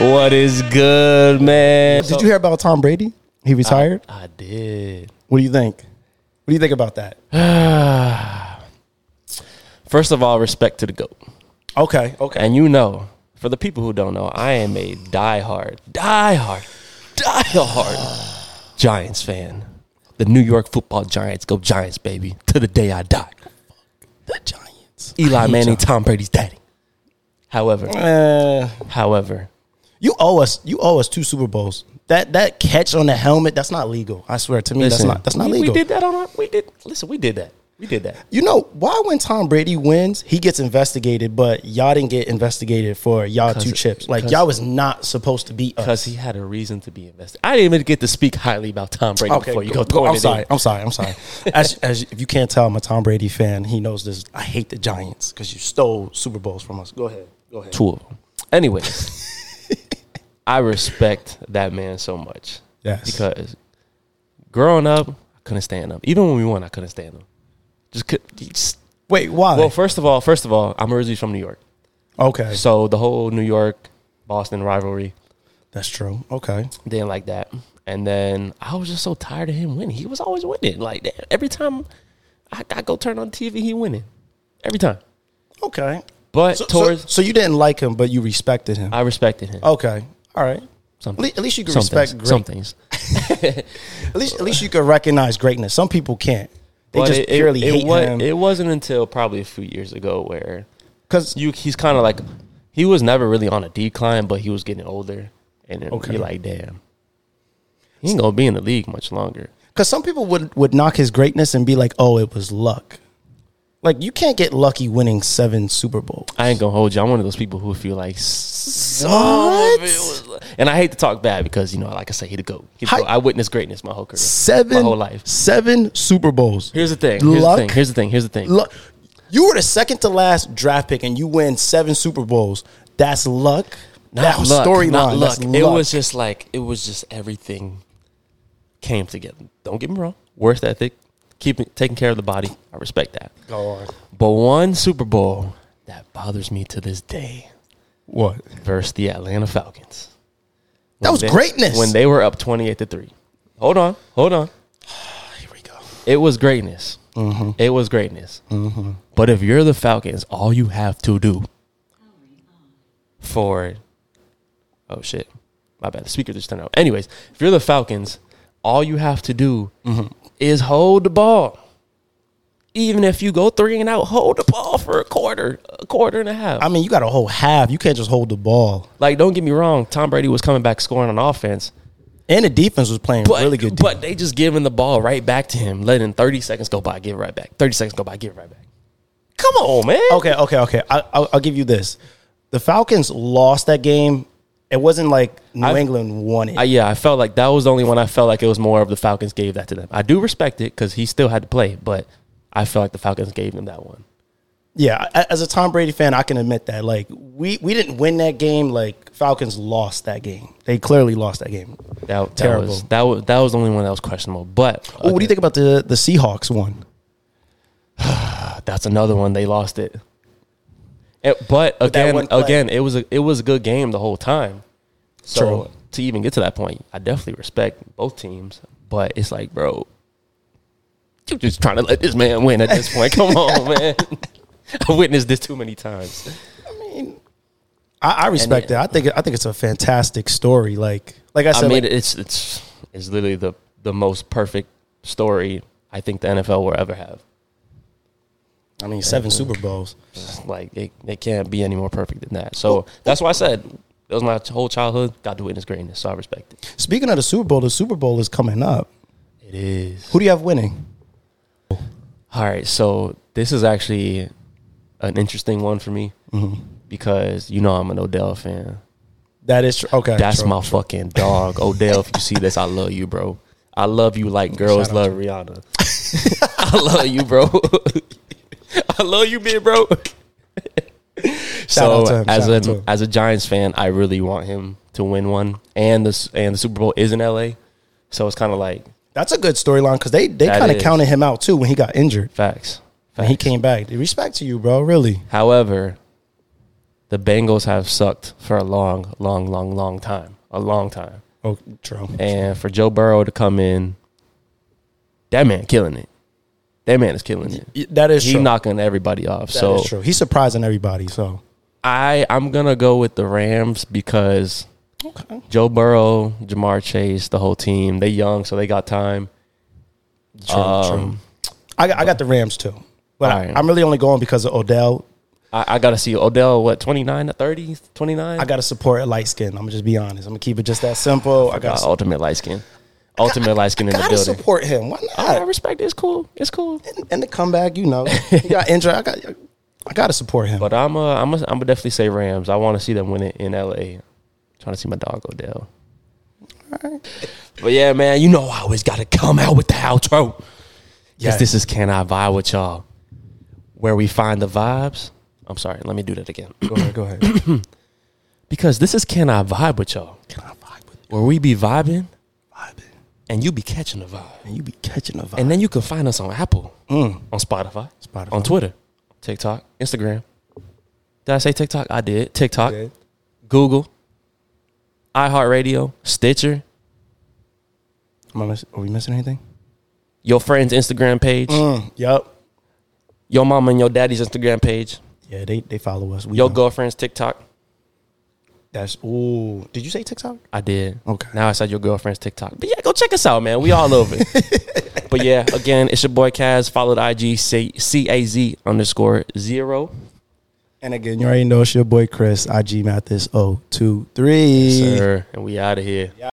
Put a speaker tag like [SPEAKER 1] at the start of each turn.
[SPEAKER 1] What is good, man?
[SPEAKER 2] Did you hear about Tom Brady? He retired.
[SPEAKER 1] I did.
[SPEAKER 2] Uh, what do you think? What do you think about that?
[SPEAKER 1] First of all, respect to the GOAT.
[SPEAKER 2] Okay. Okay.
[SPEAKER 1] And you know, for the people who don't know, I am a diehard, diehard, diehard Giants fan. The New York football Giants. Go Giants, baby. To the day I die.
[SPEAKER 2] The Giants.
[SPEAKER 1] Eli Manning, Tom Brady's daddy. However, however,
[SPEAKER 2] Uh, You owe us. You owe us two Super Bowls. That that catch on the helmet. That's not legal. I swear to me,
[SPEAKER 1] listen,
[SPEAKER 2] that's not. That's not
[SPEAKER 1] we,
[SPEAKER 2] legal.
[SPEAKER 1] We did that on our, we did, listen, we did that. We did that.
[SPEAKER 2] You know why? When Tom Brady wins, he gets investigated, but y'all didn't get investigated for y'all two chips. Like
[SPEAKER 1] 'cause-
[SPEAKER 2] y'all was not supposed to beat us.
[SPEAKER 1] Because he had a reason to be invested. I didn't even get to speak highly about Tom Brady before you go throwing
[SPEAKER 2] I'm
[SPEAKER 1] it
[SPEAKER 2] sorry.
[SPEAKER 1] in.
[SPEAKER 2] I'm sorry. I'm sorry. As, as if you can't tell, I'm a Tom Brady fan. He knows this. I hate the Giants because you stole Super Bowls from us. Go ahead. Go ahead.
[SPEAKER 1] Two of them. Anyways, I respect that man so much.
[SPEAKER 2] Yes.
[SPEAKER 1] Because growing up, I couldn't stand him. Even when we won, I couldn't stand him. Just, could, just
[SPEAKER 2] Wait, why?
[SPEAKER 1] well, first of all, first of all, I'm originally from New York,
[SPEAKER 2] okay,
[SPEAKER 1] so the whole New York Boston rivalry
[SPEAKER 2] that's true. Okay,
[SPEAKER 1] didn't like that. And then I was just so tired of him winning. He was always winning. Like every time I, I go turn on TV, he winning every time.
[SPEAKER 2] okay.
[SPEAKER 1] But
[SPEAKER 2] So, so,
[SPEAKER 1] towards
[SPEAKER 2] so you didn't like him, but you respected him.
[SPEAKER 1] I respected him.
[SPEAKER 2] okay, all right.
[SPEAKER 1] Some
[SPEAKER 2] Le- at least you can
[SPEAKER 1] some
[SPEAKER 2] respect
[SPEAKER 1] things,
[SPEAKER 2] great-
[SPEAKER 1] some things.
[SPEAKER 2] At least, at least you can recognize greatness. Some people can't. They
[SPEAKER 1] But
[SPEAKER 2] just
[SPEAKER 1] it, it-
[SPEAKER 2] purely
[SPEAKER 1] it,
[SPEAKER 2] hate
[SPEAKER 1] wa-
[SPEAKER 2] him
[SPEAKER 1] It wasn't until probably a few years ago where
[SPEAKER 2] because
[SPEAKER 1] you he's kind of like he was never really on a decline, but he was getting older, and then
[SPEAKER 2] Okay.
[SPEAKER 1] you're like, damn, he ain't gonna be in the league much longer.
[SPEAKER 2] because some people would would knock his greatness and be like, "Oh, it was luck." Like you can't get lucky winning seven Super Bowls.
[SPEAKER 1] I ain't gonna hold you. I'm one of those people who feel like, "S- it
[SPEAKER 2] What?
[SPEAKER 1] was luck." and I hate to talk bad because you know, like I say, he the goat. He the
[SPEAKER 2] Hi-
[SPEAKER 1] goat. I witnessed greatness my whole career,
[SPEAKER 2] Seven
[SPEAKER 1] my whole life.
[SPEAKER 2] Seven Super Bowls.
[SPEAKER 1] Here's the thing. Here's
[SPEAKER 2] Luck?
[SPEAKER 1] the thing. Here's the thing. Here's the thing.
[SPEAKER 2] luck. You were the second to last draft pick, and you win seven Super Bowls. That's luck. that was
[SPEAKER 1] luck, not
[SPEAKER 2] storyline.
[SPEAKER 1] luck.
[SPEAKER 2] That's
[SPEAKER 1] It was just like it was just everything came together. Don't get me wrong. Worst ethic, keeping taking care of the body. I respect that.
[SPEAKER 2] Go on.
[SPEAKER 1] But one Super Bowl that bothers me to this day
[SPEAKER 2] What?
[SPEAKER 1] versus the Atlanta Falcons.
[SPEAKER 2] That was
[SPEAKER 1] When they-
[SPEAKER 2] greatness.
[SPEAKER 1] When they were up twenty eight to three. Hold on, hold on.
[SPEAKER 2] Here we go.
[SPEAKER 1] It was greatness. It was greatness. But if you're the Falcons, all you have to do for oh shit, my bad. The speaker just turned out. Anyways, if you're the Falcons, all you have to do is hold the ball. Even if you go three and out, hold the ball for a quarter, a quarter and a half.
[SPEAKER 2] I mean, you got a whole half. You can't just hold the ball.
[SPEAKER 1] like, don't get me wrong. Tom Brady was coming back scoring on offense,
[SPEAKER 2] And the defense was playing
[SPEAKER 1] but
[SPEAKER 2] really good.
[SPEAKER 1] but they just giving the ball right back to him, letting thirty seconds go by, give it right back. Thirty seconds go by, give it right back. Come on, man.
[SPEAKER 2] okay, okay, okay. I, I'll, I'll give you this. The Falcons lost that game. It wasn't like New
[SPEAKER 1] I've-
[SPEAKER 2] England won it.
[SPEAKER 1] I, yeah, I felt like that was the only one I felt like it was more of the Falcons gave that to them. I do respect it because he still had to play, but I felt like the Falcons gave him that one.
[SPEAKER 2] yeah, a- as a Tom Brady fan, I can admit that. Like we we didn't win that game. Like Falcons lost that game. They clearly lost that game.
[SPEAKER 1] That, that
[SPEAKER 2] Terrible.
[SPEAKER 1] was that was that was the only one that was questionable. But
[SPEAKER 2] Oh, what do you think about the the Seahawks one?
[SPEAKER 1] that's another one they lost it. And- but
[SPEAKER 2] one
[SPEAKER 1] again,
[SPEAKER 2] play.
[SPEAKER 1] again, it was a it was a good game the whole time. So
[SPEAKER 2] True.
[SPEAKER 1] to even get to that point, I definitely respect both teams. But it's like, bro, you just trying to let this man win at this point. Come on, man. I witnessed this too many times.
[SPEAKER 2] I, I respect that. I think I think it's a fantastic story. Like like I
[SPEAKER 1] I
[SPEAKER 2] said,
[SPEAKER 1] mean,
[SPEAKER 2] like,
[SPEAKER 1] it's it's it's literally the the most perfect story I think the NFL will ever have.
[SPEAKER 2] I mean seven Super Bowls.
[SPEAKER 1] Like it, it can't be any more perfect than that. So that's why I said that was my whole childhood. Got to witness greatness, so I respect it.
[SPEAKER 2] Speaking of the Super Bowl, the Super Bowl is coming up.
[SPEAKER 1] It is
[SPEAKER 2] Who do you have winning?
[SPEAKER 1] all right. So this is actually an interesting one for me because you know I'm an Odell fan.
[SPEAKER 2] That is true. Okay,
[SPEAKER 1] That's
[SPEAKER 2] true.
[SPEAKER 1] my fucking dog, Odell. If you see this, I love you, bro. I love you like girls
[SPEAKER 2] Shout out
[SPEAKER 1] love Rihanna. I love you, bro. I love you, big bro.
[SPEAKER 2] out to
[SPEAKER 1] so
[SPEAKER 2] him,
[SPEAKER 1] as
[SPEAKER 2] shout out to
[SPEAKER 1] a
[SPEAKER 2] him.
[SPEAKER 1] as a Giants fan, I really want him to win one, and the and the Super Bowl is in L.A., so it's kind of like
[SPEAKER 2] That's a good storyline because they they
[SPEAKER 1] That
[SPEAKER 2] kind of
[SPEAKER 1] is.
[SPEAKER 2] counted him out too when he got injured
[SPEAKER 1] facts.
[SPEAKER 2] and he came back. Respect to you, bro. Really,
[SPEAKER 1] However, the Bengals have sucked for a long, long, long, long time. A long time.
[SPEAKER 2] Oh, true.
[SPEAKER 1] And for Joe Burrow to come in, that man killing it. That man is killing it.
[SPEAKER 2] Y- That is
[SPEAKER 1] He's
[SPEAKER 2] true.
[SPEAKER 1] knocking everybody off.
[SPEAKER 2] That
[SPEAKER 1] so
[SPEAKER 2] is true. He's surprising everybody. So
[SPEAKER 1] I I'm gonna go with the Rams because
[SPEAKER 2] okay.
[SPEAKER 1] Joe Burrow, Jamar Chase, the whole team. They young, so they got time.
[SPEAKER 2] True,
[SPEAKER 1] Um,
[SPEAKER 2] true. I got, I got the Rams too, but I,
[SPEAKER 1] Alright.
[SPEAKER 2] I'm really only going because of Odell.
[SPEAKER 1] I, I gotta see Odell. What 29 to 30, 29?
[SPEAKER 2] I got to support a light skin. I'm gonna just be honest. I'm gonna keep it just that simple. I got
[SPEAKER 1] Uh, ultimate light skin. Ultimate light skin in the
[SPEAKER 2] gotta
[SPEAKER 1] building.
[SPEAKER 2] support him. Why
[SPEAKER 1] I
[SPEAKER 2] not?
[SPEAKER 1] respect it. It's cool. It's cool.
[SPEAKER 2] And, and the comeback, you know, he got injured. I got I got to support him.
[SPEAKER 1] But I'm uh, I'm a, I'm a definitely say Rams. I want to see them win it in LA. trying to see my dog Odell. But yeah, man, you know I always got to come out with the outro. Yes,
[SPEAKER 2] Yes.
[SPEAKER 1] this is Can I Vibe with Y'all, where we find the vibes. I'm sorry, let me do that again.
[SPEAKER 2] go ahead. Go ahead. Can
[SPEAKER 1] Because this is Can I Vibe with Y'all,
[SPEAKER 2] I vibe with
[SPEAKER 1] where we be vibing
[SPEAKER 2] vibing?
[SPEAKER 1] and you be catching the vibe.
[SPEAKER 2] And you be catching a vibe.
[SPEAKER 1] And then you can find us on Apple,
[SPEAKER 2] Mm.
[SPEAKER 1] on Spotify,
[SPEAKER 2] Spotify.
[SPEAKER 1] on Twitter, TikTok, Instagram. Did I say TikTok? I did. TikTok, Google, iHeartRadio, Stitcher,
[SPEAKER 2] Am I miss- are we missing anything?
[SPEAKER 1] your friend's Instagram page,
[SPEAKER 2] Mm, yep.
[SPEAKER 1] your mama and your daddy's Instagram page,
[SPEAKER 2] Yeah, they, they follow us. We
[SPEAKER 1] your
[SPEAKER 2] know.
[SPEAKER 1] girlfriend's TikTok.
[SPEAKER 2] That's ooh. Did you say TikTok?
[SPEAKER 1] I did.
[SPEAKER 2] Okay.
[SPEAKER 1] Now I said your girlfriend's TikTok. But yeah, go check us out, man. We all over it. but yeah, again, it's your boy Kaz. Follow the IG C- C-A-Z underscore zero.
[SPEAKER 2] And again, you already know it's your boy Chris, IG Mathis 023.
[SPEAKER 1] Sir. And we out of here.